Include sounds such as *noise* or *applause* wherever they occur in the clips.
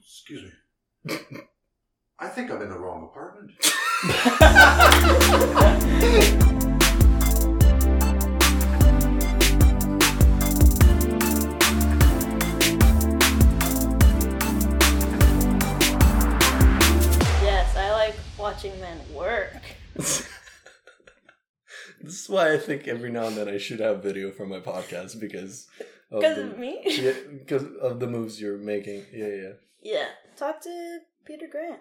Excuse me. *laughs* I think I'm in the wrong apartment. Yes, I like watching men work. this is why I think every now and then I should have video for my podcast because of Because the- of *laughs* me? yeah, because of the moves you're making. Yeah, yeah. yeah. Yeah. Talk to Peter Grant.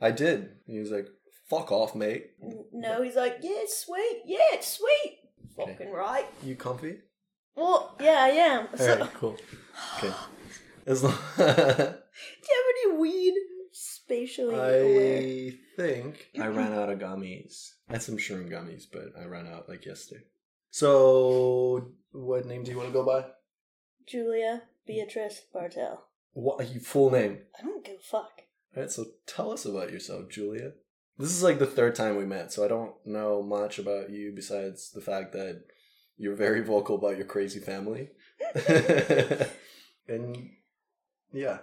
I did. He was like, "Fuck off, mate. N- No, he's like, yeah, it's sweet. Yeah, it's sweet. Okay. Fucking right. You comfy? *laughs* Well, yeah, I am. All So, *laughs* right, cool. Okay. As long." do you have any weed spatially aware? *laughs* I think I ran out of gummies. I had some shroom gummies, but I ran out like yesterday. So, what name do you want to go by? Julia Beatrice Bartel. What are you full name? I don't give a fuck. All right, so tell us about yourself, Julia. This is like the third time we met, so I don't know much about you besides the fact that you're very vocal about your crazy family. *laughs* and yeah,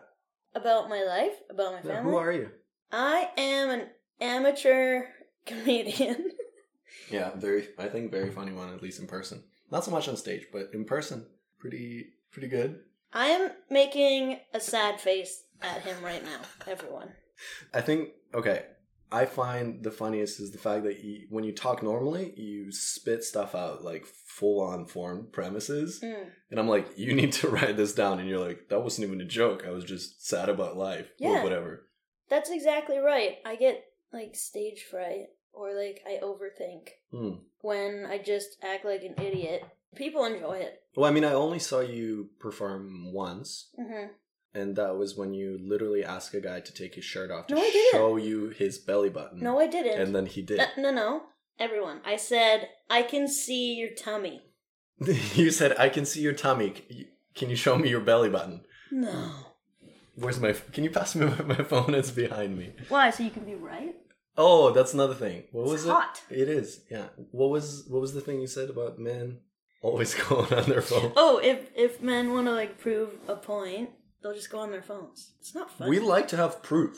About my life? About my Yeah, family? who are you? I am an amateur *laughs* comedian. Yeah, very. I think very funny one, at least in person. Not so much on stage, but in person, pretty pretty good. I am making a sad face at him right now, everyone. I think okay. I find the funniest is the fact that you, when you talk normally, you spit stuff out like full on form premises, Mm. and I'm like, you need to *laughs* write this down, and you're like, that wasn't even a joke. I was just sad about life or Yeah. whatever. That's exactly right. I get like stage fright or like I overthink Hmm. when I just act like an idiot. People enjoy it. Well, I mean, I only saw you perform once, hmm and that was when you literally ask a guy to take his shirt off to No, I didn't. show you his belly button. No, I didn't. Hmm. and then he did. Uh, no, no. Everyone. I said, I can see your tummy. *laughs* you said, "I can see your tummy. Can you- Can you show me your belly button? No. Where's my? Can you pass me *laughs* my my phone? It's behind me." Why? So you can be right? Oh, that's another thing. What It's was hot. it? It is. Yeah. What was what was the thing you said about men always *laughs* going on their phone? Oh, if if men want to like prove a point, they'll just go on their phones. It's not fun. We like to have proof,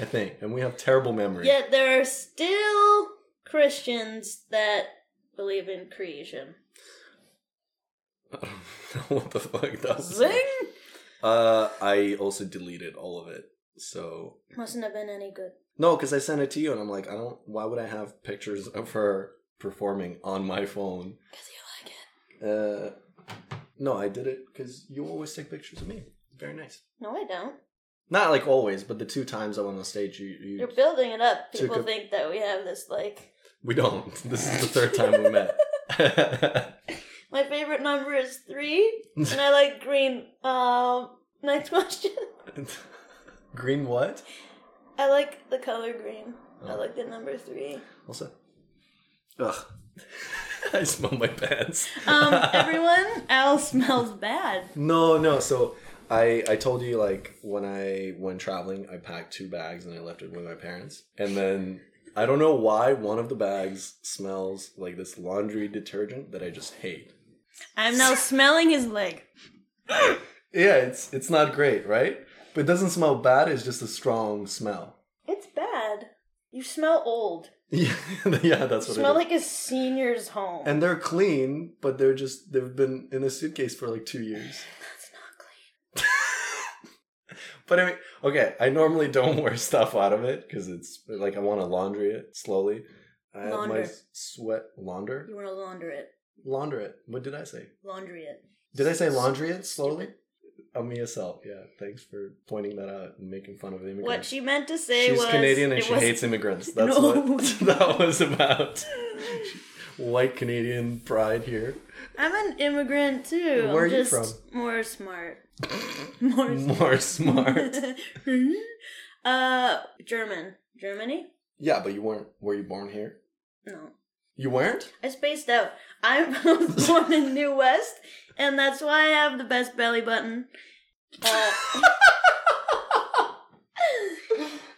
I think, and we have terrible memory. Yet there are still Christians that believe in creation. I don't know *laughs* what the fuck that was. Zing! Uh, I also deleted all of it. So Mustn't have been any good. no, because I sent it to you, and I'm like, I don't. Why would I have pictures of her performing on my phone? Because you like it. Uh, no, I did it because you always take pictures of me. Very nice. No, I don't. Not like always, but the two times I went on stage, you, you You're building it up. Took People a- think that we have this like. we don't. This is the third time we met. *laughs* My favorite number is three, and I like green. Um, next *laughs* question. Green what? I like the color green. I Oh. like the number three. Also, ugh, *laughs* I smell my pants. *laughs* Um, everyone, Al smells bad. No, no. So I I told you like when I when traveling, I packed two bags and I left it with my parents. And then I don't know why one of the bags smells like this laundry detergent that I just hate. I'm *laughs* now smelling his leg. Yeah, it's it's not great, right? But it doesn't smell bad. It's just a strong smell. *laughs* It's bad. You smell old. Yeah, yeah, that's You what. smell it is. like a senior's home. And they're clean, but they're just they've been in a suitcase for like two years. That's not clean. But I mean, okay, I normally don't *laughs* wear stuff out of it because it's like I want to laundry it slowly. I have my Launder. s- sweat launder You want to launder it. launder it. What did I say? Laundry it. Did I say laundry it slowly? I'm ESL. Yeah, thanks for pointing that out and making fun of immigrants. What she meant to say She's was Canadian and it she was- hates immigrants. That's No. *laughs* what *laughs* that was about. *laughs* White Canadian pride here. I'm an immigrant too. Where are I'm you just from? More smart. *laughs* more *laughs* More smart. *laughs* *laughs* uh, German. Germany? Yeah, but you weren't. Were you born here? No. You weren't. I spaced out. I'm *laughs* born *laughs* in New West, and that's why I have the best belly button. *laughs* Uh,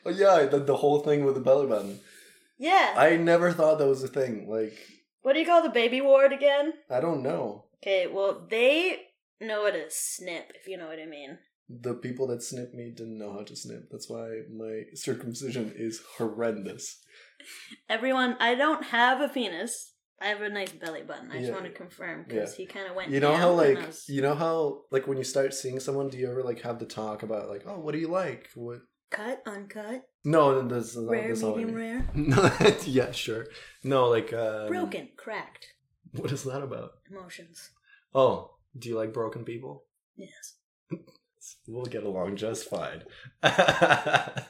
Oh yeah, the, the whole thing with the belly button. yeah. I never thought that was a thing. Like what do you call the baby ward again? I don't know. Okay, well, they know it as snip, if you know what I mean. the people that snipped me didn't know how to snip. That's why my circumcision is horrendous. Everyone, I don't have a penis. I have a nice belly button. I just Yeah. want to confirm because he kind of went. You know down how on like us. you know how like when you start seeing someone, do you ever like have the talk about like, oh, what do you like? What? cut, uncut, No, this is not rare, this is not what I medium, mean. rare, *laughs* No, yeah, sure. No, like um, broken, cracked What is that about? emotions. Oh, do you like broken people? Yes. We'll get along just fine. *laughs*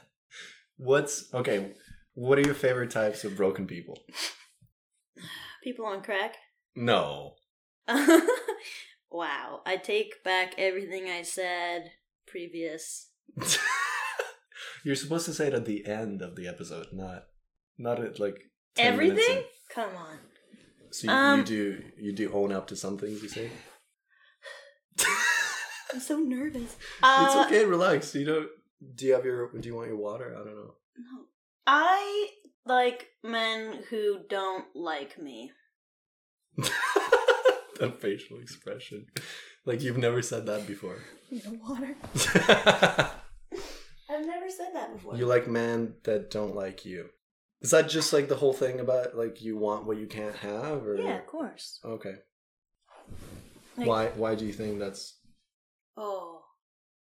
What's okay? What are your favorite types of broken people? People on crack. *laughs* No. wow. I take back everything I said previous. *laughs* You're supposed to say it at the end of the episode, not not at like 10 minutes Everything? in. Come on. So you, Um, you do you do own up to some things you say. *laughs* I'm so nervous. Uh, it's okay, relax. You don't. Do you have your? Do you want your water? I don't know. *laughs* No. I like men who don't like me. that facial expression, like you've never said that before. *laughs* No water. I've never said that before. you like men that don't like you. Is that just like the whole thing about like you want what you can't have, or yeah, of course. okay? Like- why why do you *laughs* think that's *laughs* Oh.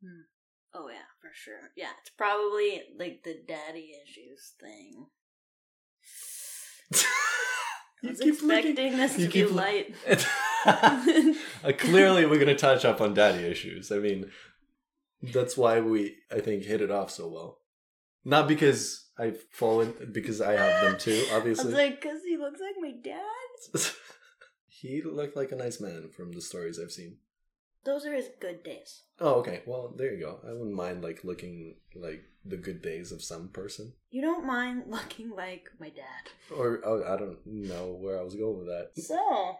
Hmm. Oh yeah, for sure. Yeah, it's probably like the daddy issues thing. I You was keep looking- expecting this to you be keep loo- *laughs* light. Uh, clearly, we're going to touch up on daddy issues. I mean, that's why we, I think, hit it off so well. Not because I've fallen, because I have them too, *laughs* I was obviously. like, because he looks like my dad. *laughs* he looked like a nice man from the stories I've seen. Those are his good days. Oh, okay. Well, there you go. I wouldn't mind like looking like the good days of some person. You don't mind *laughs* looking like my dad. Or oh, I don't know where I was going with that. *laughs* So,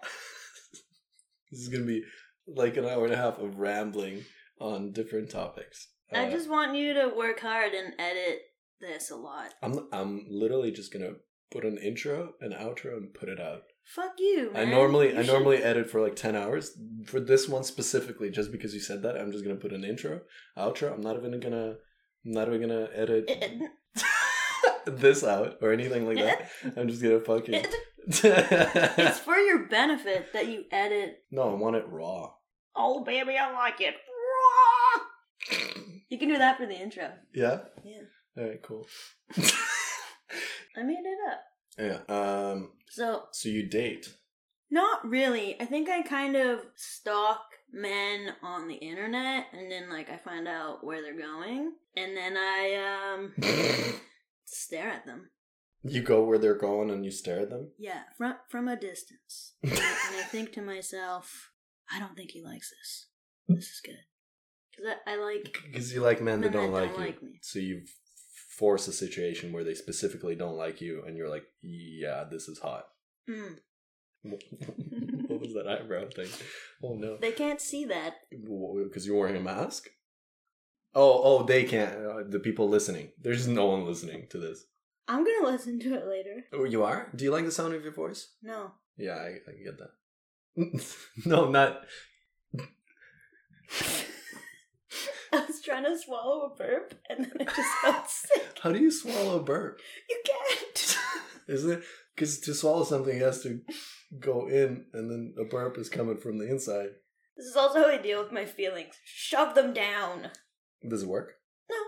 This is gonna be like an hour and a half of rambling on different topics. I Uh, just want you to work hard and edit this a lot. I'm I'm literally just gonna put an intro, an outro, and put it out. Fuck you, I man. normally You I should- normally edit for like ten hours. For this one specifically, just because you said that, I'm just gonna put an intro, outro. I'm not even gonna I'm not even gonna edit *laughs* It- *laughs* it- this out or anything *laughs* like that. I'm just gonna fucking it- it's for your benefit that you edit. *laughs* No, I want it *laughs* raw. Oh, baby, I like it. *laughs* Raw! You can do that for the intro. Yeah? Yeah. Alright, cool. *laughs* I made it up. yeah. Um So, so *laughs* you date. not really. I think I kind of stalk men on the internet and then, like, I find out where they're going and then I, um, stare at them. you go where they're going and you stare *laughs* at them? Yeah, from from a distance. and I think to myself, I don't think he likes this. This is good. Cuz I, I like Because you like men men that that don't, like, don't you. like me. So you force a situation where they specifically don't like you, and you're like, yeah, this is hot. *laughs* mm, what was that eyebrow thing? Oh no, they can't see that. because you're wearing a mask. Oh, oh, they can't. Uh, the people listening. There's no one listening to this. I'm going to listen to it later. Oh, you are. Do you like the sound of your voice? No. *laughs* Yeah, I, I can get that. *laughs* no, not. I was trying to swallow a burp and then it just felt sick. How do you swallow a burp? *laughs* You can't. Is it because to swallow something it has to go in, and then a burp is coming from the inside? This is also how I deal with my feelings. Shove them down. Does it work? No.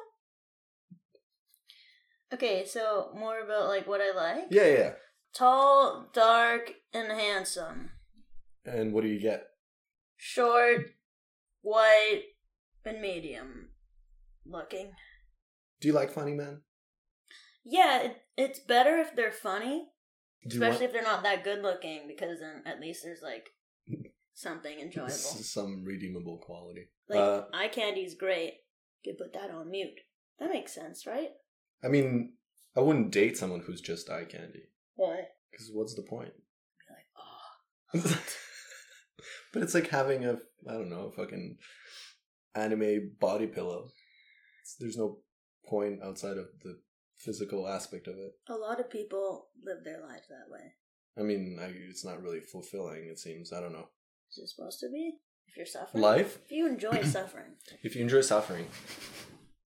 Okay, so more about like what I like. Yeah, yeah. Tall, dark, and handsome. And what do you get? Short, white, and medium looking. Do you like funny men? Yeah, it, it's better if they're funny, Do you especially if they're not that good looking, because then at least there's like something enjoyable. s- some redeemable quality? Like, uh, eye candy's great. You could put that on mute. That makes sense, right? I mean, I wouldn't date someone who's just eye candy. Why? Because what's the *laughs* point? *laughs* Like, oh, but it's like having a I don't know a fucking anime body pillow. It's- there's no point outside of the physical aspect of it. a lot of people live their lives that way. I mean, I, it's not really fulfilling. It seems I don't know. Is it supposed to be? if you're suffering. Life, If you *clears throat* enjoy suffering. if you enjoy suffering,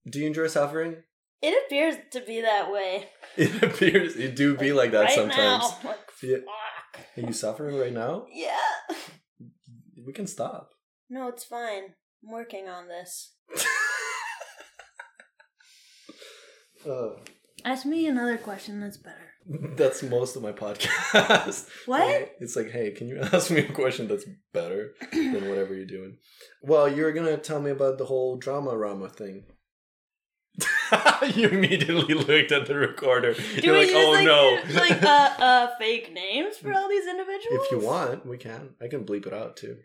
do you enjoy suffering? *laughs* It appears to be that way. It appears it do be like that right sometimes. Now. Like, Yeah. fuck. Are you suffering right now? Yeah. We can *laughs* stop. *laughs* No, it's fine. I'm working on this. Uh, Ask me another question that's better. Oh, that's most of my podcast. What? It's like, hey, can you *laughs* ask me a question that's better than whatever you're doing? Well, you were gonna tell me about the whole drama rama thing. *laughs* you immediately looked at the recorder. Do we "Oh, use like, *laughs* *laughs* like uh, uh, fake names for all these individuals? If you want, we can. I can bleep it out too.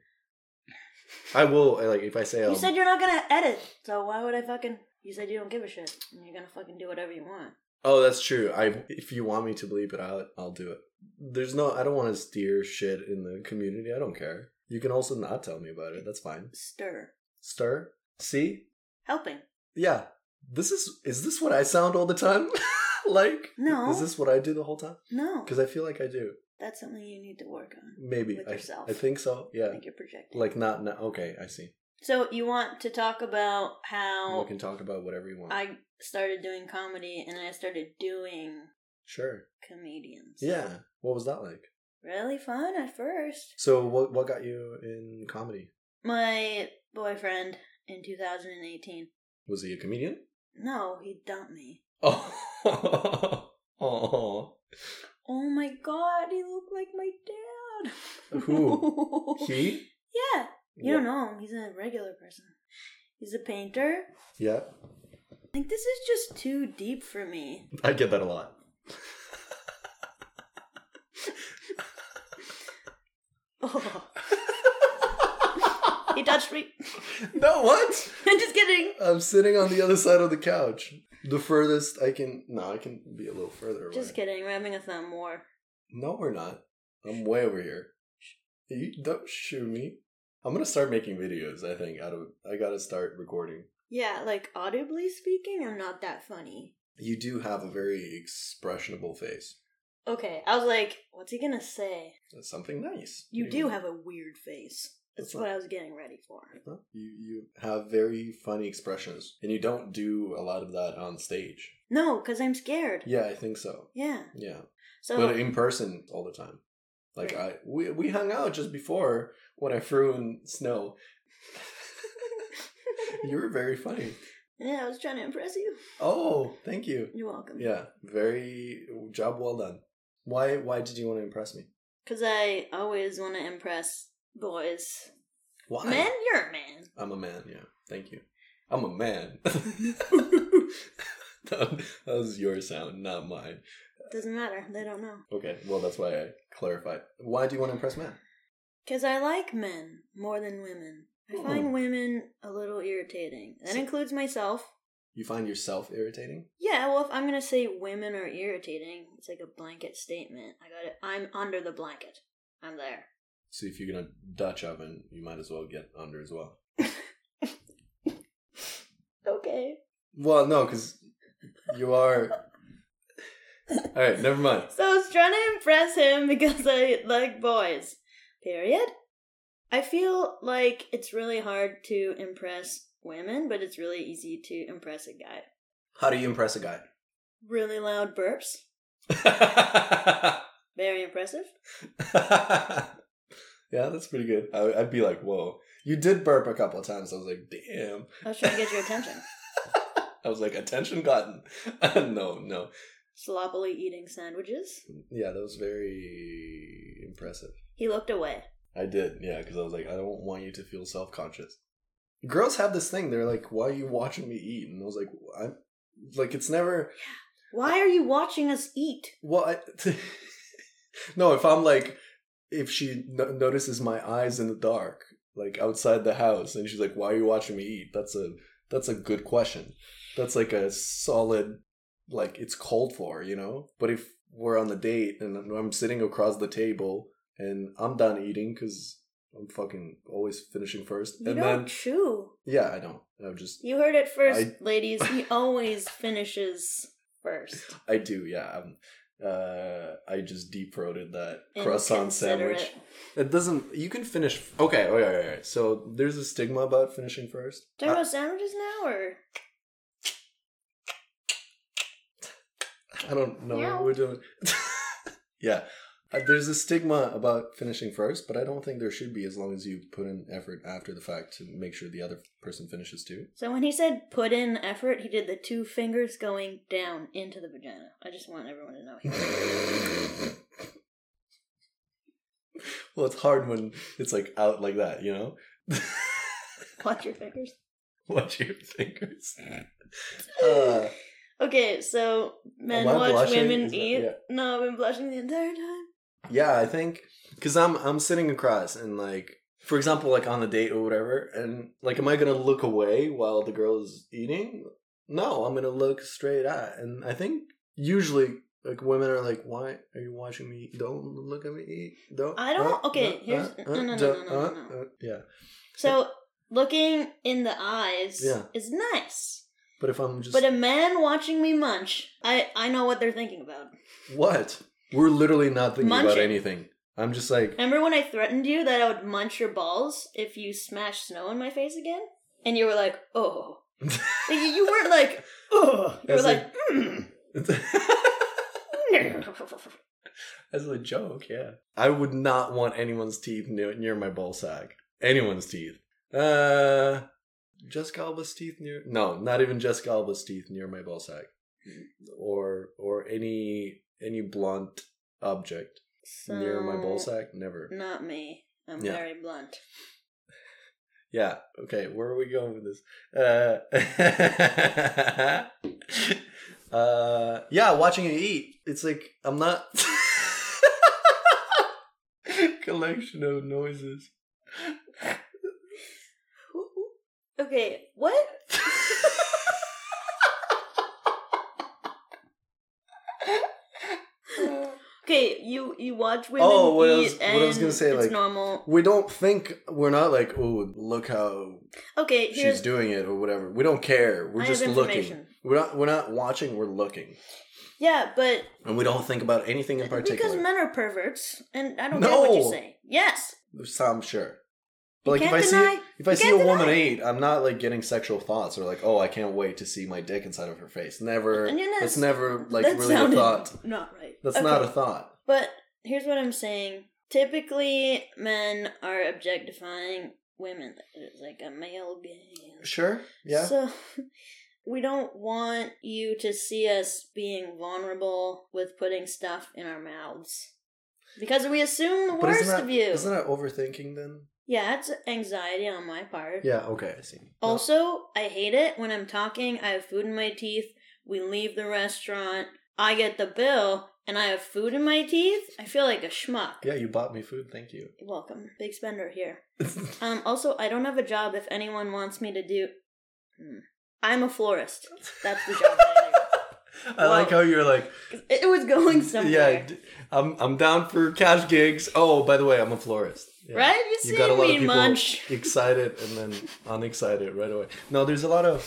I will. I, Like if I say, You um, said you're not gonna edit, so why would I fucking? You said you don't give a shit, and you're gonna fucking do whatever you want. "Oh, that's true." I if you want me to bleep it out, I'll do it. There's no. I don't want to steer shit in the community. I don't care. You can also not tell me about it. That's fine. Stir, Stir. See? helping. Yeah. This is. Is this what I sound all the time? *laughs* like No. Is this what I do the whole time? No, Because I feel like I do. that's something you need to work on. Maybe With I, yourself. I think so. Yeah. I think you're projecting. Like not. No, okay. I see. so you want to talk about how We can talk about whatever you want. I started doing comedy and I started doing sure. comedians. Yeah. What was that like? really fun at first. So what what got you in comedy? My boyfriend in 2018. Was he a comedian? *laughs* No, he dumped me. Oh. oh. Oh my god, he looked like my dad. Who? *laughs* He? Yeah. You don't know him. He's a regular person. He's a painter. Yeah. Like this is just too deep for *laughs* me. *laughs* I get that a lot. Oh. he touched me. *laughs* no, what? I'm just kidding. I'm sitting on the other side of the couch. The furthest I can No, I can be a little further away. Just kidding. Rubbing a thumb more. No, we're not. I'm way over here. You don't shoot me. I'm gonna start making videos, I think. Out of I gotta start recording. Yeah, like audibly speaking, I'm not that funny. You do have a very expressionable face. Okay, I was like, what's he gonna say? That's something nice. You What do mean? have a weird face. That's That's what not- I was getting ready for. Huh? You you have very funny expressions, and you don't do a lot of that on stage. No, because I'm scared. Yeah, I think so. Yeah. Yeah, So but uh, in person all the time. Like I we we hung out just before when I threw in *laughs* snow. you were very funny. yeah, I was trying to impress you. Oh, thank you. You're welcome. Yeah, very job well done. Why why did you want to impress me? Because I always want to impress boys. Why? Men, you're a man. I'm a man. Yeah, thank you. I'm a man. *laughs* that that was your sound, not mine. Doesn't matter. They don't know. Okay, well that's why I clarified. Why do you want to impress men? Because I like men more than women. I find women a little irritating. That Hmm. So- includes myself. You find yourself irritating? Yeah, well, if I'm gonna say women are irritating, it's like a blanket statement. I got it. I'm under the blanket. I'm there. So if you're gonna Dutch oven, you might as well get under as well. Okay. Well, no, because you *laughs* are. All right, never mind. So I was trying to impress him *laughs* because I like boys. Period. I feel like it's really hard to impress women, but it's really easy to impress a guy. How do you impress a guy? Really loud burps. *laughs* Very impressive. *laughs* yeah, that's pretty good. I, I'd be like, whoa. You did burp a couple of times. I was like, damn. *laughs* I was trying to get your attention. I was like, attention gotten. *laughs* no, no. Sloppily eating sandwiches. Yeah, that was very impressive. He looked away. I did, yeah, because I was like, I don't want you to feel self conscious. Girls have this thing; they're like, "Why are you watching me eat?" And I was like, "I'm like, it's never Why are you watching us eat? well." I, *laughs* no, if I'm like, if she no- notices my eyes in the dark, like outside the house, and she's like, "Why are you watching me eat?" That's a that's a good question. That's like a solid, like it's called for, you know. But if we're on the date and I'm- I'm sitting across the table and I'm done eating because I'm fucking always finishing first, You and don't then chew. Yeah, I don't. I just You heard it first, I- *laughs* ladies. He always finishes first. I do. Yeah, I'm uh, I just deep throated that and croissant consider sandwich. it. It doesn't. You can finish. Okay. oh, Okay. All right. So there's a stigma about finishing first. Talking about sandwiches now, or I don't know Meow. what we're doing. *laughs* yeah. Uh, there's a stigma about finishing first, but I don't think there should be as long as you put in effort after the fact to make sure the other person finishes too. *laughs* so when he said put in effort, he did the two fingers going down into the vagina. I just want everyone to know. *laughs* He Well, it's hard when it's like out like that, you know? *laughs* Watch your fingers. Watch your fingers. Uh, Okay, so men Am I watch blushing? women Is that- eat. yeah. No, I've been blushing the entire time. yeah, I think because I'm I'm sitting across and like for example like on the date or whatever, and like am I gonna look away while the girl is eating? No, I'm gonna look straight at, and I think usually like women are like, why are you watching me? eat? Don't look at me eat. Don't. I don't- okay, here's- no, no, no, don't, no, no, uh, no. uh, yeah, So looking in the eyes Yeah. is nice. but if I'm just But a man watching me munch, I I know what they're thinking about. what we're literally not thinking about Munching. anything. I'm just like Remember when I threatened you that I would munch your balls if you smashed snow in my face again? And you were like, *laughs* "Oh." you, you weren't like, "Oh." You were That's like, *laughs* "Mm." As a joke, yeah. I would not want anyone's teeth near, near my ball sack. Anyone's teeth. Uh, Jessica Alba's teeth near? No, not even Jessica Alba's teeth near my ball sack, or or any any blunt object So, near my ball sack. Never. Not me. I'm Yeah. very blunt. Yeah. Okay. Where are we going with this? Uh, *laughs* uh yeah, watching you eat. It's like I'm not *laughs* collection of noises. *laughs* Okay, what? Okay, you you watch women Oh, what I eat was- what I and was gonna say, it's like- normal. We don't think we're not like, oh, look how Okay, here's she's doing it or whatever. We don't care. We're I have just looking. information. We're not we're not watching, we're looking. Yeah, but And we don't think about anything in because particular. men are perverts, and I don't care what you No. say. Yes, Some sure. You But like if can't I deny- see if I you see a can't woman deny. eat, I'm not like getting sexual thoughts or like, oh, I can't wait to see my dick inside of her face. Never. And you're not- that's never like that really a sounded thought. Not right. That's Okay, not a thought. But here's what I'm saying. Typically, men are objectifying women. It's like a male game. Sure. Yeah. So *laughs* we don't want you to see us being vulnerable with putting stuff in our mouths. Because we assume the But worst isn't that- of you. Isn't that overthinking then? yeah, it's anxiety on my part. Yeah. Okay. I see. No. Also, I hate it when I'm talking, I have food in my teeth, we leave the restaurant, I get the bill, and I have food in my teeth. I feel like a schmuck. Yeah, you bought me food. Thank you. *laughs* Welcome. Big spender here. Um, also, I don't have a job if anyone wants me to do. Hmm. I'm a florist. That's the job that I do. I Well- like how you're like, It was going somewhere. yeah, d- I'm I'm down for cash gigs. Oh, by the way, I'm a florist. Yeah. Right? You see You got a lot me of people *laughs* munch. excited and then unexcited right away. No, there's a lot of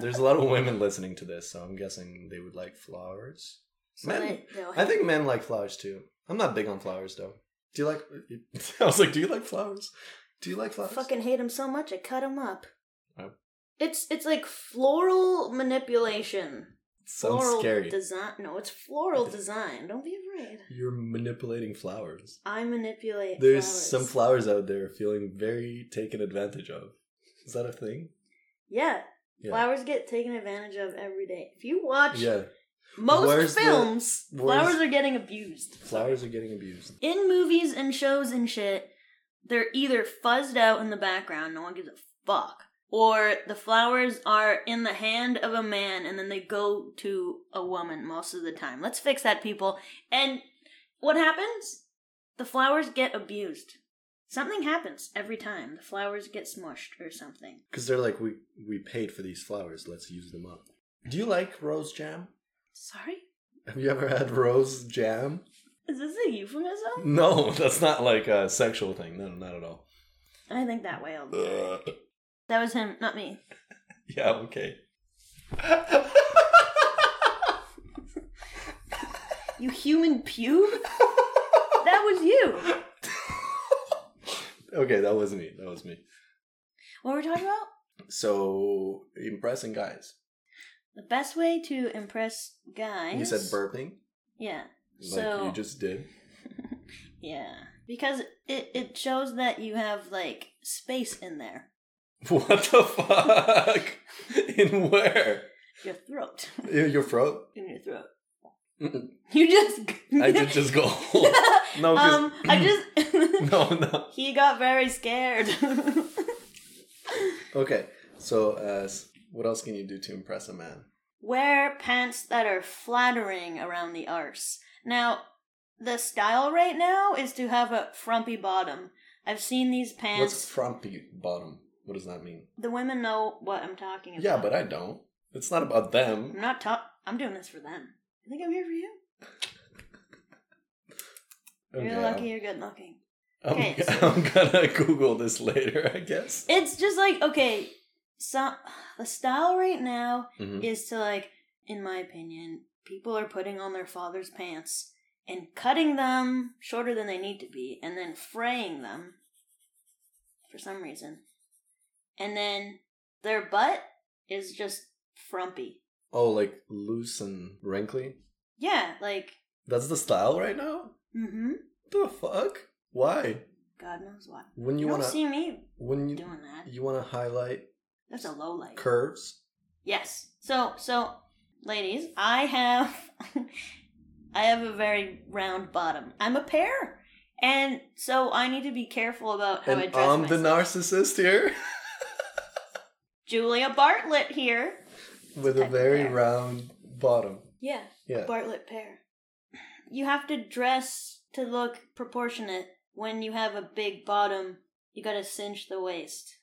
there's a lot of women listening to this, so I'm guessing they would like flowers. So Men, they- they'll- I think men like flowers too. I'm not big on flowers though. Do you like? *laughs* I was like, do you like flowers? Do you like I flowers? fucking hate him so much I cut him up. Oh. It's it's like floral manipulation. Sounds floral scary. design. No, it's floral design. Don't be afraid. You're manipulating flowers. I manipulate. There's flowers. some flowers out there feeling very taken advantage of. Is that a thing? yeah. Yeah. Flowers get taken advantage of every day. If you watch Yeah, most Where's the- films, where's- flowers are getting abused. flowers are getting abused. in movies and shows and shit, they're either fuzzed out in the background, no one gives a fuck, or the flowers are in the hand of a man and then they go to a woman most of the time. Let's fix that, people. And what happens? The flowers get abused. Something happens every time. The flowers get smushed or something. Because they're like, we we paid for these flowers. Let's use them up. Do you like rose jam? Sorry? Have you ever had rose jam? Is this a euphemism? No, that's not like a sexual thing. No, not at *laughs* all. I think that way all the time. Ugh. That was him, not me. Yeah. Okay. You human pube? that was you. *laughs* okay, that was me. That was me. What were we talking about? So impressing guys. The best way to impress guys. You said burping, Yeah. like so you just did. *laughs* yeah, because it it shows that you have like space in there, What the fuck? *laughs* In where? your throat, *laughs* In your throat? in your *laughs* throat. Mm-mm. You just. I did just go. *laughs* no, *laughs* 'cause- um, I just. *laughs* no, no. *laughs* he got very scared. *laughs* Okay, so uh, s- what else can you do to impress a man? Wear pants that are flattering around the arse. Now, the style right now is to have a frumpy bottom. I've seen these What's pants. frumpy bottom? What does that mean? The women know Mm, what I'm talking about. Yeah, but I don't. It's not about I'm them. not talk. I'm doing this for them. I think I'm here for you. Okay, You're lucky. You're good looking. *laughs* I'm, Okay, I'm, I'm gonna *laughs* Google this later, I guess. It's just like okay, so the style right now Mhm. is to like, in my opinion, people are putting on their father's pants and cutting them shorter than they need to be, and then fraying them for some reason, and then their butt is just frumpy. Oh, like loose and wrinkly. Yeah, like, That's the style right now. mm-hmm. The fuck? Why? God knows what. When You you don't wanna see me when you doing that. you wanna highlight That's a low light. curves? Yes. So so ladies, I have *laughs* I have a very round bottom. I'm a pear. And so I need to be careful about how I and dress I'm the myself. narcissist here *laughs* Julia Bartlett here. with Type a of very pear. round bottom. Yeah, Yeah. Bartlett pear. You have to dress to look proportionate. When you have a big bottom, you got to cinch the waist.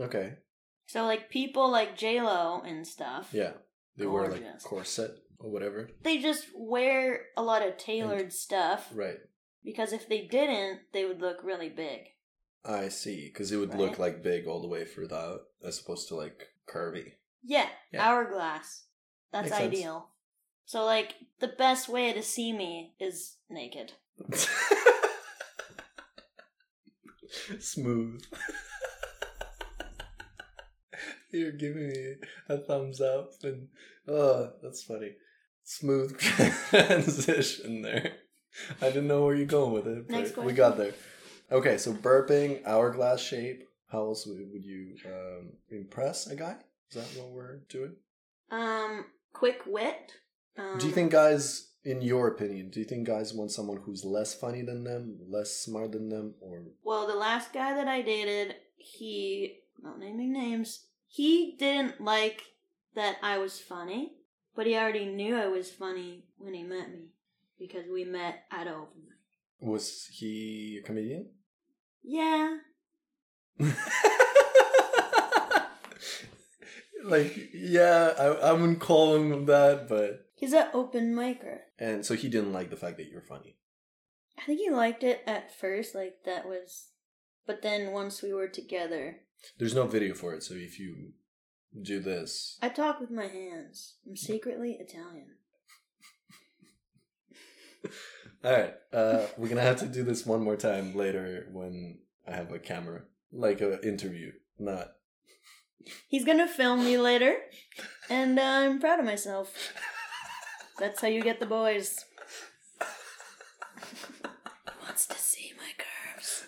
Okay. So like people like J Lo and stuff, Yeah. They wear like Gorgeous. corset or whatever. they just wear a lot of tailored stuff. Right. Because if they didn't, they would look really big. I see. Because it would Right. look like big all the way through that, as opposed to like curvy. Yeah, Yeah. hourglass. That's Makes sense. ideal. So, like, the best way to see me is naked. *laughs* Smooth. You're giving me a thumbs up, and oh, that's funny. Smooth *laughs* transition there. I didn't know where you're going with it, but Next we question. got there. Okay, so burping, hourglass shape. How else would would you um, impress a guy? Is that what we're doing? Um, quick wit. Um, Do you think guys, in your opinion, do you think guys want someone who's less funny than them, less smart than them, or Well, the last guy that I dated, he. Not naming names. He didn't like that I was funny, but he already knew I was funny when he met me because we met at a open mic. was he a comedian? *laughs* Yeah, like, yeah, I, I wouldn't call him that, but. he's an open micer. And so he didn't like the fact that you're funny. I think he liked it at first, like that was. But then once we were together, There's no video for it, so if you do this. I talk with my hands. I'm secretly Italian. Alright, uh, we're gonna have to do this one more time later when I have a camera. Like a interview, not. He's gonna film me later, and uh, I'm proud of myself. That's how you get the boys. *laughs* He wants to see my curves.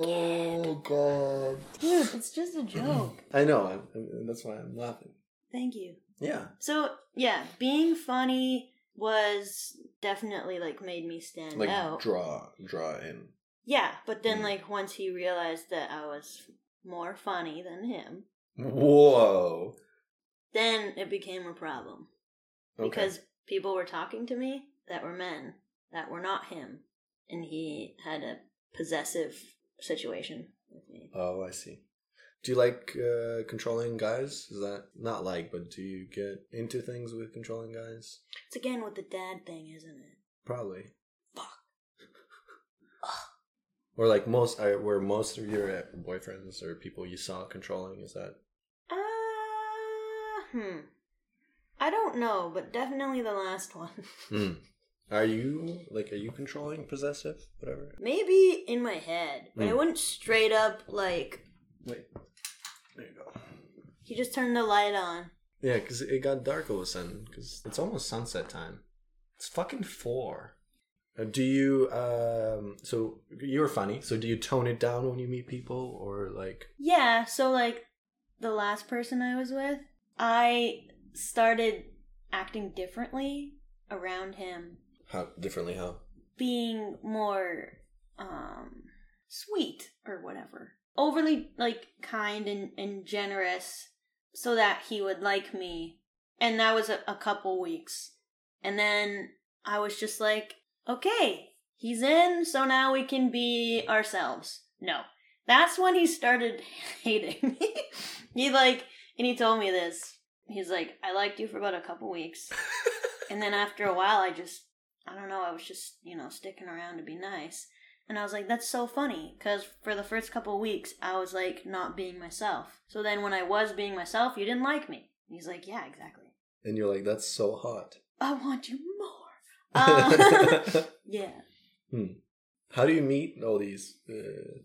Oh, God. Dude, it's just a joke. I know, I'm, I'm- that's why I'm laughing. Thank you. Yeah. So yeah, being funny was definitely like made me stand Like, out. draw, draw in. Yeah, but then Mm. like once he realized that I was more funny than him, Whoa. then it became a problem because people were talking to me that were men that were not him, and he had a possessive situation with me. Oh, I see. Do you like uh, controlling guys? Is that not like, but do you get into things with controlling guys? It's again with the dad thing, isn't it? Probably. Fuck. *laughs* Or like most, I, where most of your uh, boyfriends or people you saw controlling is that Uh, hmm. I don't know, but definitely the last one. Hmm. Are you like are you controlling, possessive, whatever? *laughs* Maybe in my head, but I Mm. wouldn't straight up like Wait. There you go. he just turned the light on. Yeah, because it got dark all of a sudden. Because it's almost sunset time. It's fucking four. Uh, Do you um? So you were funny. So do you tone it down when you meet people, or like? Yeah, so like the last person I was with, I started acting differently around him, How differently? How? being more um sweet or whatever. Overly like kind and, and generous so that he would like me. And that was a, a couple weeks. And then I was just like, okay, he's in, so now we can be ourselves. No. That's when he started *laughs* hating me. he like and he told me this. He's like, I liked you for about a couple weeks. and then after a while I just I don't know, I was just, you know, sticking around to be nice. And I was like, that's so funny cuz for the first couple weeks I was like not being myself. So then when I was being myself, you didn't like me. And he's like, yeah, exactly. And you're like, that's so hot. I want you more. Uh, *laughs* yeah. *laughs* How do you meet all these? Uh,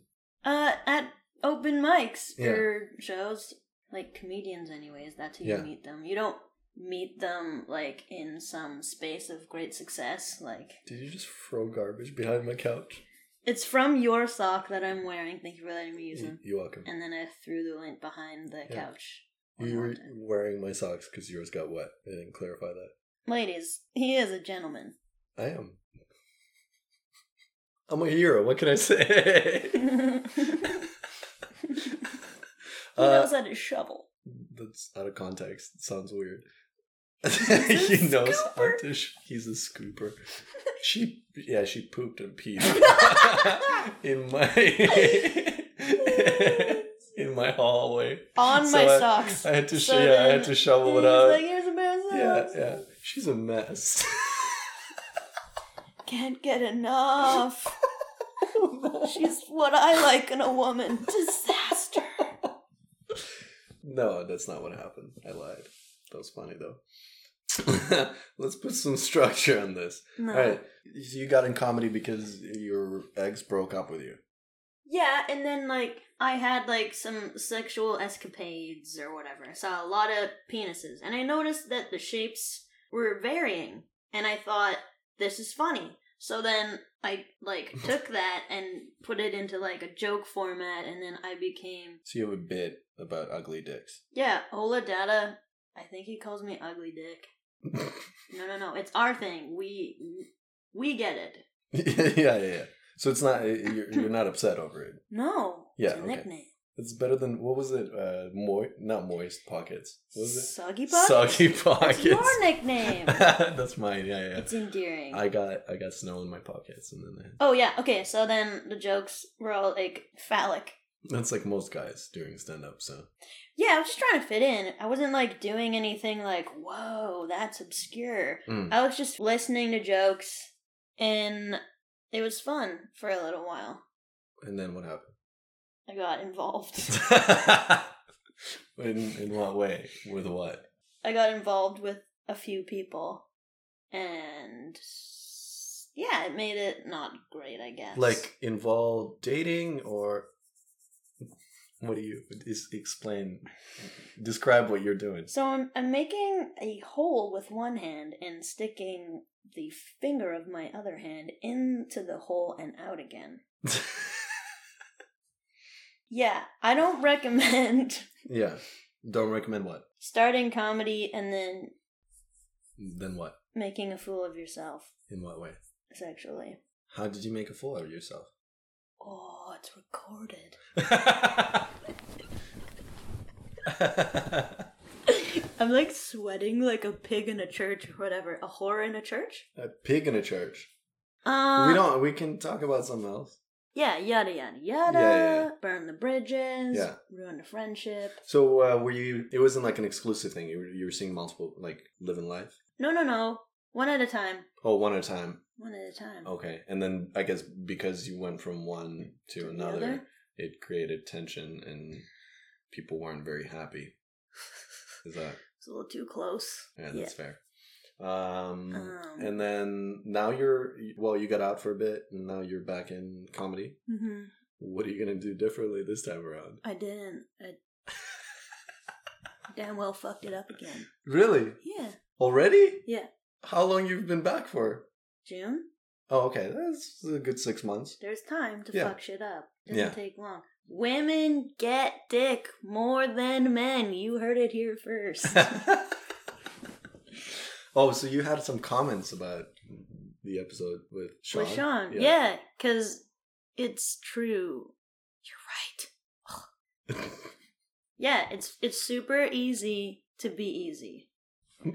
Uh, at open mics Yeah. or shows, like comedians, anyways. That's who Yeah. you meet them. You don't meet them like in some space of great success. Like did you just throw garbage behind my couch? it's from your sock that I'm wearing. Thank you for letting me use You, them. you're welcome. And then I threw the lint behind the Yeah. couch. one You more were time. wearing my socks because yours got wet. I didn't clarify that. Ladies, he is a gentleman. *laughs* I am. I'm a hero. What can I say? *laughs* Who *laughs* Uh, knows how to shovel? that's out of context. It sounds weird. *laughs* a he knows how scooper. to sh- he's a scooper. *laughs* She yeah, she pooped and peed in *laughs* my *laughs* in my hallway. On So my I- socks. I had to sh- So yeah, I had then to shovel it he's out. Like, here's a pair of yeah, socks. yeah. She's a mess. *laughs* Can't get *laughs* enough. Oh, She's what I like in a woman. Disaster. No, that's not what happened. I lied. That was funny though. *laughs* Let's put some structure on this. No. All right, so you got in comedy because your ex broke up with you. Yeah, and then like I had like some sexual escapades or whatever. I saw a lot of penises, and I noticed that the shapes were varying, and I thought this is funny. So then I *laughs* like took that and put it into like a joke format, and then I became So you have a bit about ugly dicks. *laughs* yeah, Ola Dada. I think he calls me ugly dick. No, no, no. It's our thing. We we get it. yeah, yeah, yeah. So it's not you're, you're not upset over it. No. Yeah, It's a okay. nickname. It's better than what was it? Uh, moi- not moist pockets. What was Soggy it? Pockets? Soggy It's pockets. your nickname. *laughs* That's mine. Yeah, yeah. it's endearing. I got I got snow in my pockets, and then I, oh, yeah. Okay, so then the jokes were all like phallic. that's like most guys doing stand up. So Yeah, I was just trying to fit in. I wasn't like doing anything like, whoa, that's obscure. Mm. I was just listening to jokes and it was fun for a little while. and then what happened? I got *laughs* involved. in in what way? With what? I got involved with a few people and s- yeah, it made it not great, I guess. Like involved dating or *laughs* what do you is explain? Describe what you're doing. *laughs* So I'm, I'm making a hole with one hand and sticking the finger of my other hand into the hole and out again. Yeah, I don't *laughs* recommend yeah. Don't recommend what? starting comedy and then Then what? making a fool of yourself In what way? sexually. How did you make a fool out of yourself? Oh, it's recorded. I'm like sweating like a pig in a church or whatever, a whore in a church. a pig in a church. Um, we don't. We can talk about something else. Yeah, yada yada yada. yeah. Burn the bridges. Yeah. Ruin the friendship. So uh, were you? It wasn't like an exclusive thing. You were, you were seeing multiple, like living life. No, no, no. One at a time. Oh, one at a time. One at a time. Okay, and then I guess because you went from one to To the another, other? it created tension, and people weren't very happy. Is that It's a little too close. Yeah, that's fair. Um, Um, and then now you're well, you got out for a bit, and now you're back in comedy. hmm What are you gonna do differently this time around? I didn't. I *laughs* damn well fucked it up again. Really? Yeah. Already? Yeah. How long you've been back for? June? Oh, okay, that's a good six months. There's time to Yeah. fuck shit up. Doesn't Yeah. take long. Women get dick more than men. You heard it here first. *laughs* oh, so you had some comments about the episode with Sean? With Sean. Yeah, because it's true. You're right. *laughs* Yeah, it's it's super easy to be easy. *laughs*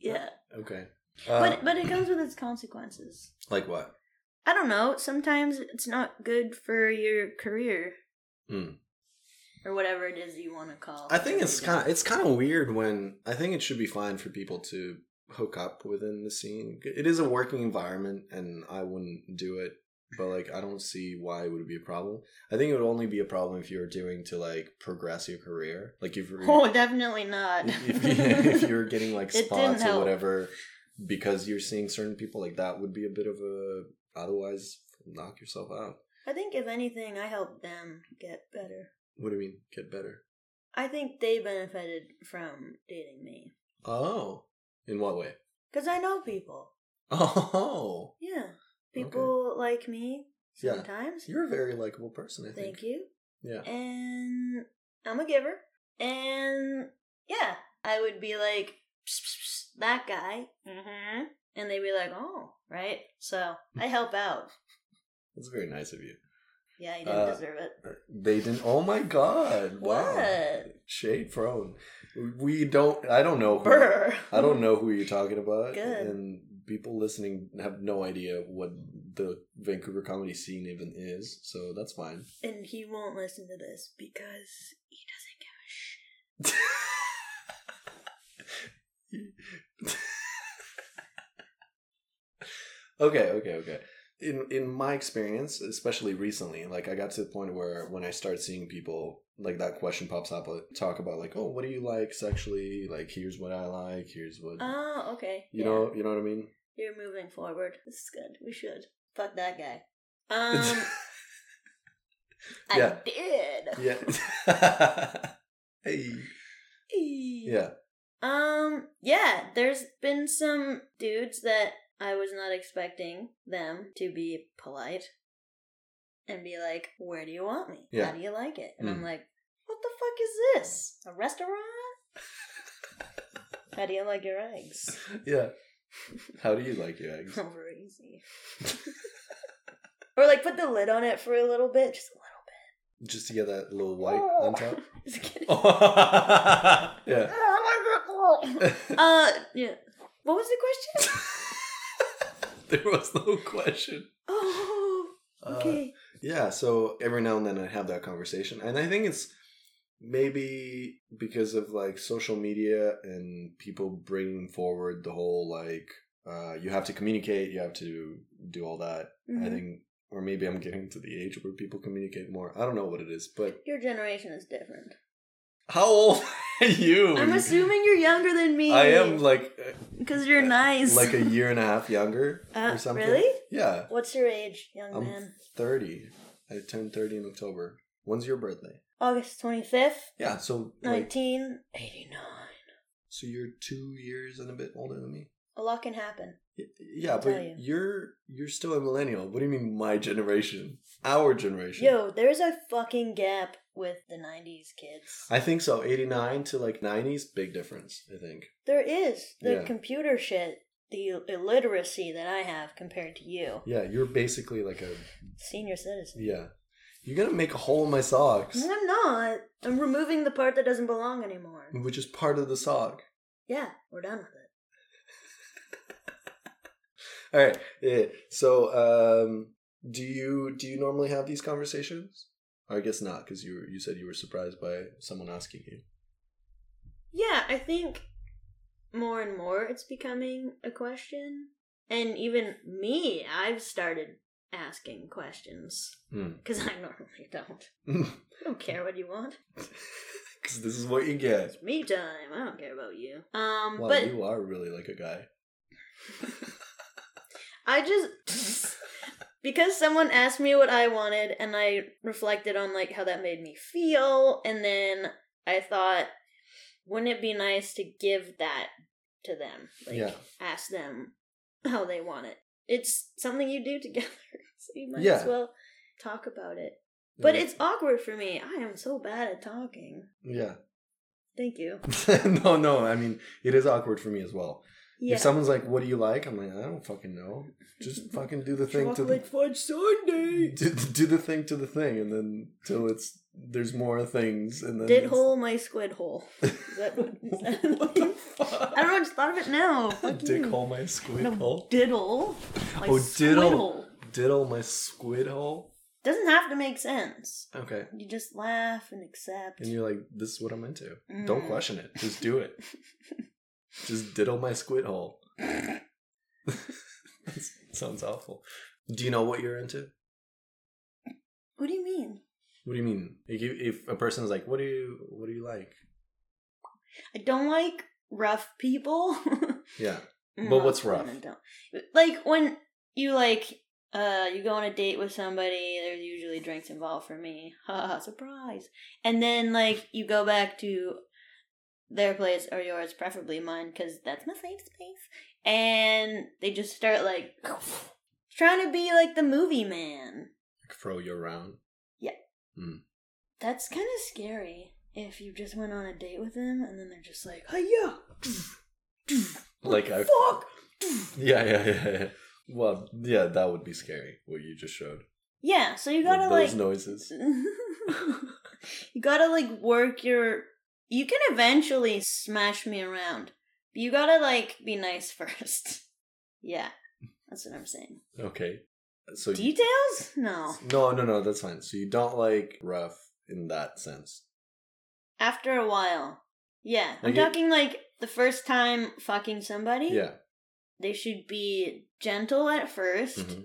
Yeah. okay. Uh, But but it comes with its consequences. like what? I don't know. Sometimes it's not good for your career. Hmm. Or whatever it is you want to call. I think it's kind of it's kind of weird when I think it should be fine for people to hook up within the scene. It is a working environment, and I wouldn't do it. But like, I don't see why it would be a problem. I think it would only be a problem if you were doing to like progress your career. Like if *laughs* you're Oh, definitely *laughs* not. if, *laughs* if you're getting like It didn't spots or help. whatever because you're seeing certain people like that would be a bit of a otherwise knock yourself out I think if anything, I helped them get better. what do you mean get better I think they benefited from dating me oh in what way *laughs* because I know people. oh Yeah, people like me Yeah. sometimes. you're a very likable person i think Thank you. yeah And I'm a giver. And yeah, I would be like "Psst, psst, psst, that guy. Mm-hmm. And they'd be like, oh, right. So I help out. that's very nice of you Yeah, you didn't Uh, deserve it. they didn't oh my god wow What? shade thrown we don't i don't know who, Brr. I don't know who you're talking about. Good. And people listening have no idea what the Vancouver comedy scene even is, so that's fine. And he won't listen to this because he doesn't give a shit. okay, okay, okay. In in my experience, especially recently, like I got to the point where when I start seeing people like that question pops up, uh, talk about like, oh, what do you like sexually? Like, here's what I like. Here's what Oh, okay. you Yeah. know. You know what I mean? You're moving forward. This is good. We should. Fuck that guy. *laughs* Um, Yeah. I did. yeah. *laughs* hey. Yeah. Um, yeah, there's been some dudes that I was not expecting them to be polite and be like, Where do you want me? Yeah. How do you like it? And I'm Mm. like, What the fuck is this? A restaurant? *laughs* How do you like your eggs? Yeah. How do you like your *laughs* eggs? Over easy. or like put the lid on it for a little bit, just a little *laughs* Just to get that little white on top. bit. Just kidding. *laughs* yeah. *laughs* uh yeah. What was the question? *laughs* there was no question. *laughs* Oh Uh, okay. yeah, so every now and then I have that conversation, and I think it's maybe because of like social media and people bringing forward the whole like uh, you have to communicate, you have to do all that. I Mhm. think, or maybe I'm getting to the age where people communicate more. I don't know what it is, but Your generation is different. how old *laughs* are you? I'm assuming you're younger than me. I am like because you're *laughs* nice. like a year and a half younger Uh, or something. really? Yeah, What's your age, young I'm- man? thirty. I turned thirty in October. When's your birthday? August twenty fifth, Yeah, so like, nineteen eighty nine. so you're two years and a bit older than me. A lot can happen. Y- Yeah, I'll but tell you. you're you're still a millennial. What do you mean, my generation? Our generation? Yo, there's a fucking gap with the nineties kids. I think so. Eighty nine to like nineties, big difference. I think. there is the Yeah. computer shit, the illiteracy that I have compared to you, Yeah, you're basically like a senior citizen. yeah. You're gonna make a hole in my socks, No, I'm not. I'm removing the part that doesn't belong anymore. which is part of the sock. Yeah, we're done with it. All right. Yeah. So, um, do you do you normally have these conversations? Or I guess not, because you you said you were surprised by someone asking you. Yeah, I think more and more it's becoming a question. And even me, I've started asking questions Hmm. because I normally don't. *laughs* I don't care what you want. Because this is what you get. It's me time. I don't care about you. Um, Wow, but you are really like a guy. I just *laughs* because someone asked me what I wanted and I reflected on like how that made me feel and then I thought wouldn't it be nice to give that to them? Like Yeah. ask them how they want it. It's something you do together. *laughs* So you might as Yeah. well talk about it. But Yeah. it's awkward for me. I am so bad at talking. yeah. *laughs* Thank you. no, no. I mean, it is awkward for me as well. Yeah. If someone's like, "What do you like?" I'm like, "I don't fucking know. *laughs* Just fucking do the thing to the fudge sundae. *laughs* do, do the thing to the thing, and then till it's there's more things, and then Did it's- hole my squid hole. Is that what, is that *laughs* what the fuck? *laughs* I don't know. I just thought of it *laughs* now. Fuck Dick you. hole my squid No, hole. diddle. Like Oh, squid diddle. hole. Diddle my squid hole. Doesn't have to make sense. Okay. You just laugh and accept. And you're like, this is what I'm into. Mm. Don't question it. Just do *laughs* it. Just diddle my squid hole. *laughs* that sounds awful. Do you know what you're into? What do you mean? What do you mean? Like if, if a person's like, what do you what do you like? I don't like rough people. *laughs* Yeah. No, But what's Mm-hmm. women rough? Don't. Like when you like uh you go on a date with somebody, there's usually drinks involved for me. Ha surprise. And then like you go back to their place or yours, preferably mine, because that's my safe space. And they just start like *sniffs* trying to be like the movie man. Like throw you around. That's kind of scary if you just went on a date with them and then they're just like, "Hi, yeah. Like I fuck." Yeah, yeah, yeah, yeah. Well, yeah, that would be scary, what you just showed. Yeah, so you With gotta those like noises. *laughs* you gotta like work your you can eventually smash me around but you gotta like be nice *laughs* first yeah that's what i'm saying Okay. So you details no No, no, no, that's fine. So you don't like rough in that sense. after a while yeah i'm Like it- talking like the first time fucking somebody Yeah. they should be gentle at 1st Mhm.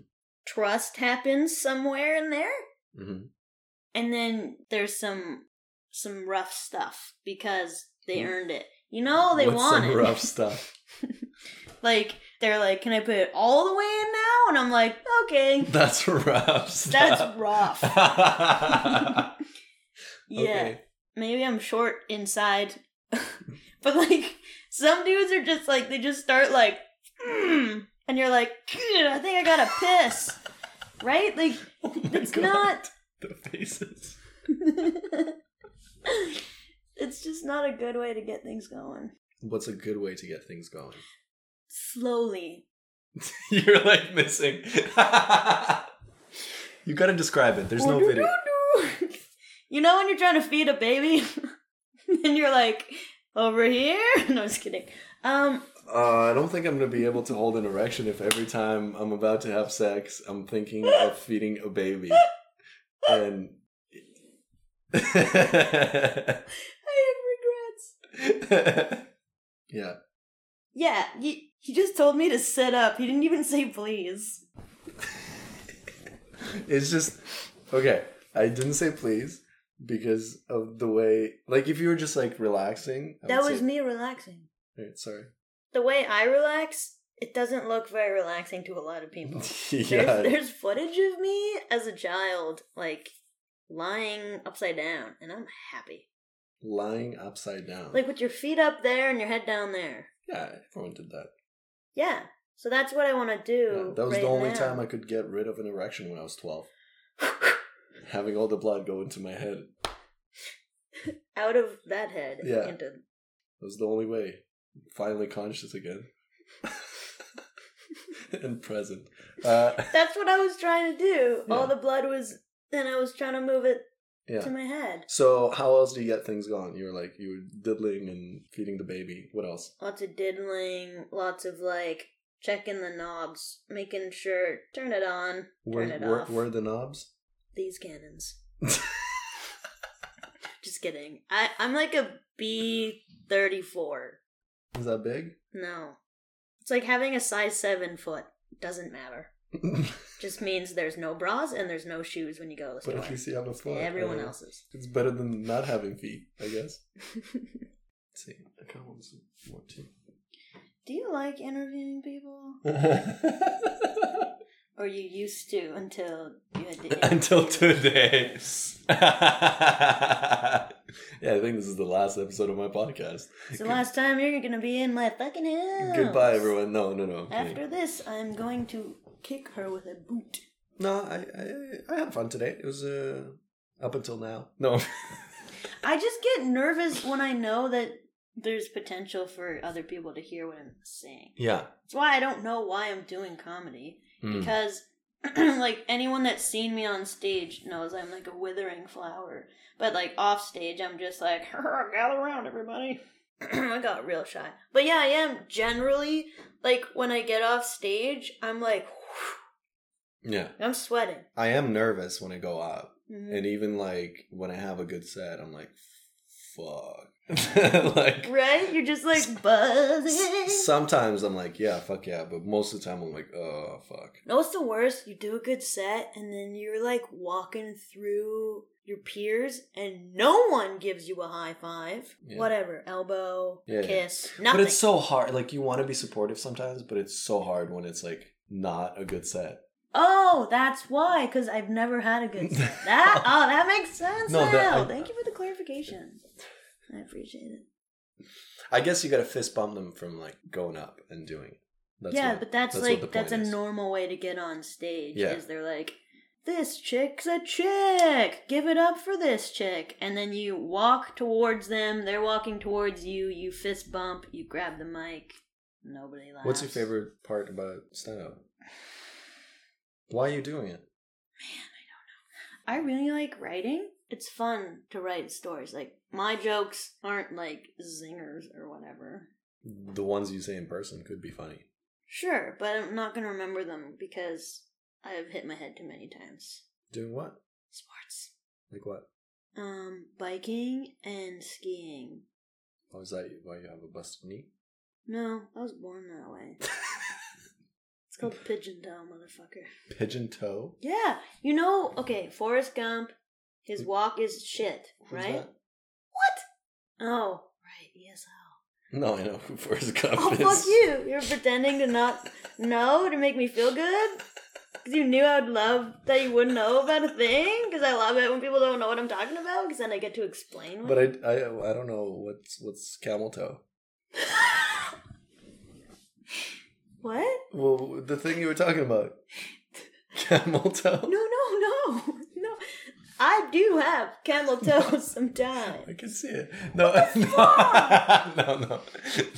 trust happens somewhere in there Mhm. and then there's some some rough stuff because they earned it you know they With want Hmm. some it rough stuff. Like they're like, "Can I put it all the way in now?" And I'm like, *laughs* "Okay, That's rough that's stuff. *laughs* rough." Yeah, Okay. maybe I'm short inside, *laughs* but like some dudes are just like they just start like, mm, and you're like, "Good, "I think I gotta piss," right? Like Oh my it's God. not. *laughs* *laughs* the faces. it's just not a good way to get things going. What's a good way to get things going? Slowly. *laughs* You're like missing. *laughs* you gotta describe it. There's no video. *laughs* you know when you're trying to feed a baby, *laughs* and you're like, "Over here." *laughs* No, I'm just kidding. Um. Uh, I don't think I'm gonna be able to hold an erection if every time I'm about to have sex, I'm thinking of feeding a baby. And *laughs* I have regrets. yeah, Yeah, he, he just told me to sit up. He didn't even *laughs* say please. it's just okay. I didn't say please because of the way, like, if you were just like relaxing, I That would was say- me relaxing. Alright, sorry. The way I relax, it doesn't look very relaxing to a lot of *laughs* people. yeah, *laughs* *laughs* There's, there's footage of me as a child, like lying upside down, and I'm happy. lying upside down. Like with your feet up there and your head down there. yeah, everyone did that. Yeah. So that's what I want to do. Yeah, that was the only time I could get rid of an erection when I was twelve. Having all the blood go into my head. *laughs* out of that head Yeah. into That was the only way. Finally *laughs* conscious again. and present. Uh, That's what I was trying to do. All Yeah. the blood was, and I was trying to move it to yeah. my head. So how else do you get things going? You were like you were diddling and feeding the baby. What else? Lots of diddling, lots of like checking the knobs, making sure turn it on, Where turn it where, off. where are the knobs? These *laughs* cannons. Just kidding. I I'm like a B thirty four. Is that big? *laughs* No, it's like having a size seven foot. Doesn't matter. Just means there's no bras and there's no shoes when you go to the but store. at least you have a foot. Everyone uh, else's. It's better than not having feet, *laughs* I guess. Let's see. I kind of want some more too. *laughs* Do you like interviewing people? Or you used to until you *laughs* had to. Until today. *laughs* yeah, I think this is the last episode of my podcast. It's the last time you're gonna be in my fucking house. Goodbye, everyone. No, no, no. I'm kidding. After this, I'm going to kick her with a boot. No, I, I I had fun today. It was uh up until now. No. *laughs* I just get nervous when I know that there's potential for other people to hear what I'm saying. yeah. That's why I don't know why I'm doing comedy. Mm. Because, *clears throat* like, anyone that's seen me on stage knows I'm like a withering flower. But, like, off stage, I'm just like, *laughs* gather around, everybody. *clears throat* I got real shy. But yeah, I am generally, like, when I get off stage, I'm like, Yeah. I'm sweating. I am nervous when I go up, Mhm. and even like when I have a good set, I'm like, fuck. *laughs* *laughs* like Right? You're just like buzzing. s- sometimes I'm like, yeah, fuck yeah, but most of the time I'm like, oh fuck. No, what's the worst? You do a good set and then you're like walking through your peers and no one gives you a high five. Yeah. Whatever. Elbow, Yeah, yeah. kiss, nothing. But it's so hard. Like you want to be supportive sometimes, but it's so hard when it's like not a good set. oh, that's why, because I've never had a good set. *laughs* That oh, that makes sense No, now. that- I- Thank you for the clarification. I appreciate it. I guess you got to fist bump them from like going up and doing. it. That's yeah, what- but that's, that's what the like that's a point is. normal way to get on stage. Yeah. Is they're like, this chick's a chick. Give it up for this chick, and then you walk towards them. They're walking towards you. You fist bump. You grab the mic. Nobody laughs. What's your favorite part about stand up? Why are you doing it? I really like writing. It's fun to write stories. Like my jokes aren't like zingers or whatever. The ones you say in person could be funny. Sure, but I'm not gonna remember them because I have hit my head too many times. Doing what? Sports. Like what? Um, biking and skiing. Oh, is that why you have a busted knee? No, I was born that *laughs* way. it's called pigeon toe, motherfucker. Pigeon toe. Yeah, you know, okay, Forrest Gump, his walk is shit, Who's right? that? What? Oh, right, yes. No, I know *laughs* who Forrest Gump Oh, is. fuck you! You're pretending to *laughs* not know to make me feel good? Because you knew I would love that you wouldn't know about a thing? Because I love it when people don't know what I'm talking about, because then I get to explain what But I, I, I don't know what's what's camel toe. *laughs* What? Well, the thing you were *laughs* talking about. Camel toe. No, no, no, *laughs* no. I do have camel toes *laughs* sometimes. I can see it. *laughs* No, *laughs* no, no, no,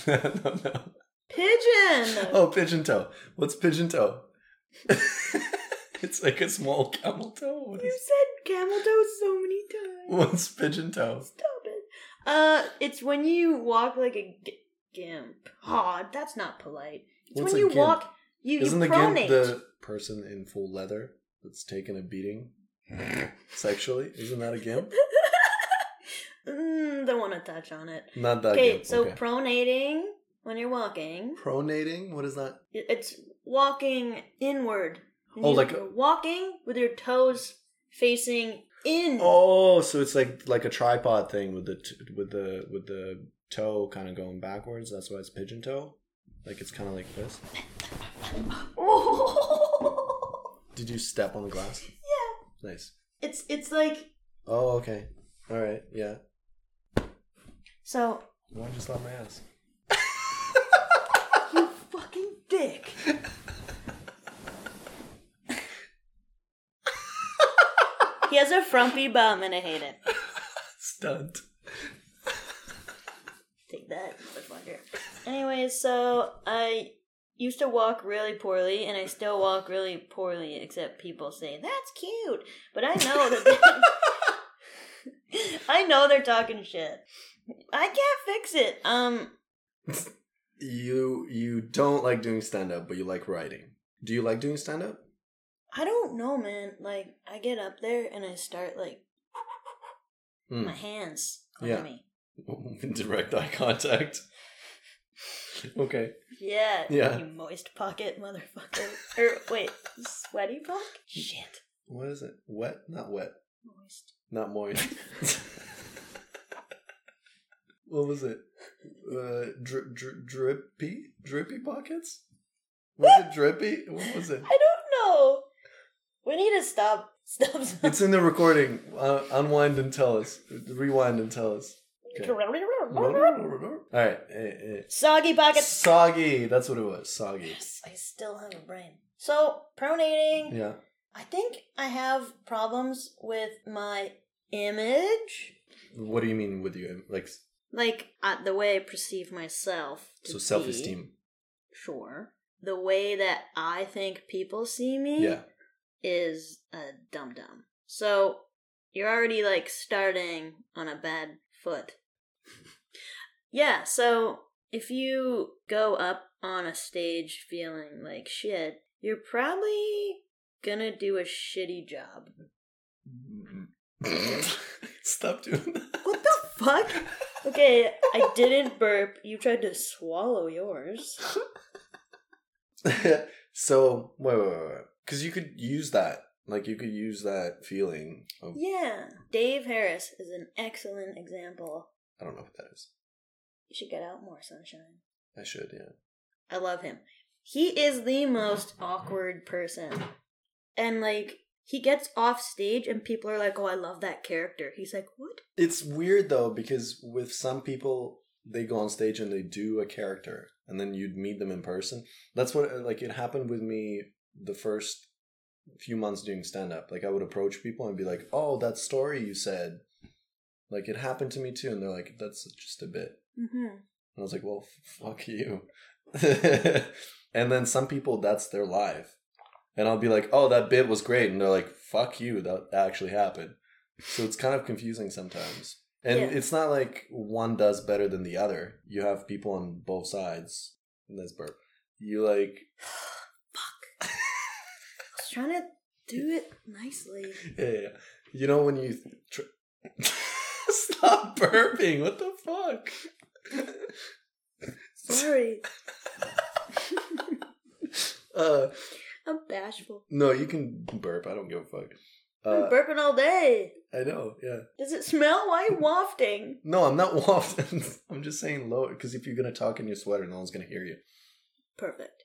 no, no. Pigeon. Oh, pigeon toe. What's pigeon toe? *laughs* it's like a small camel toe. What You is, said camel toes so many times. what's pigeon toe? Stop it. Uh, it's when you walk like a g- gimp. Aw, that's not polite. It's What's when a you gimp? walk. You, you Isn't the gimp pronate. the person in full leather that's taken a beating sexually? Isn't that a gimp? Mm, don't want to touch on it. Not that Okay, gimp. so okay. pronating when you're walking, Pronating? What is that? it- it's walking inward. It Oh, means like a- you're walking with your toes facing in. Oh, so it's like like a tripod thing with the t- with the with the toe kind of going backwards. That's why it's pigeon toe. Like it's kind of like this. Oh. Did you step on the glass? *laughs* yeah. Nice. It's it's like Oh, okay. All right. Yeah. so Why just on my ass? you fucking *laughs* dick. he has a frumpy bum and I hate it. *laughs* Stunt. Take that, motherfucker. Anyways, so I used to walk really poorly, and I still walk really poorly, except people say, that's cute. But I know that. *laughs* I know they're talking shit. I can't fix it. Um, You you don't like doing stand up, but you like writing. Do you like doing stand *laughs* up? I don't know, man. Like, I get up there and I start, like, my hands on Hmm. Yeah. me. Direct eye contact. *laughs* Okay. Yeah. Yeah. You moist pocket motherfucker. or wait, sweaty pocket? Shit. What is it? Wet? Not wet. Moist. Not *laughs* moist. what was it? Uh, dri- dri- drippy? Drippy pockets? Was it drippy? What was it? I don't know. We need to stop. Stop. *laughs* stop. It's in the recording. Uh, unwind and tell us. Rewind and tell us. okay. All right. eh, Soggy eh. pocket. Soggy. That's what it was. Soggy. Yes, I still have a brain. So pronating. Yeah. I think I have problems with my image, What do you mean with you? Like, like uh, the way I perceive myself. to so be. self esteem. Sure. The way that I think people see me. Yeah. is a dum dum. So you're already like starting on a bad foot. *laughs* yeah, so if you go up on a stage feeling like shit, you're probably gonna do a shitty job. *laughs* Stop doing that. What the fuck? Okay, I didn't burp. You tried to swallow yours. *laughs* so wait, wait, wait, because you could use that, like you could use that feeling of Yeah, Dave Harris is an excellent example. I don't know what that is. You should get out more, sunshine. I should, yeah. I love him. He is the most awkward person. And like he gets off stage and people are like, "Oh, I love that character." He's like, "What?" It's weird though because with some people they go on stage and they do a character, and then you'd meet them in person. That's what like it happened with me the first few months doing stand up. Like I would approach people and be like, "Oh, that story you said." Like it happened to me too, and they're like, "That's just a bit." Mm-hmm. And I was like, well, f- fuck you. *laughs* and then some people, that's their life. And I'll be like, oh, that bit was great. And they're like, fuck you, that actually happened. So it's kind of confusing sometimes. And Yeah. it's not like one does better than the other. You have people on both sides. And that's burp. You like, I was trying to do it nicely. yeah, yeah, yeah. you know, when you. Tr- *laughs* Stop burping. What the fuck? *laughs* Sorry, Uh, I'm bashful. no, you can burp. I don't give a fuck. Uh, I'm burping all day. I know, yeah. Does it smell? Why are you wafting? No, I'm *laughs* not wafting. I'm just saying lower because if you're gonna talk in your sweater, no one's gonna hear you. Perfect.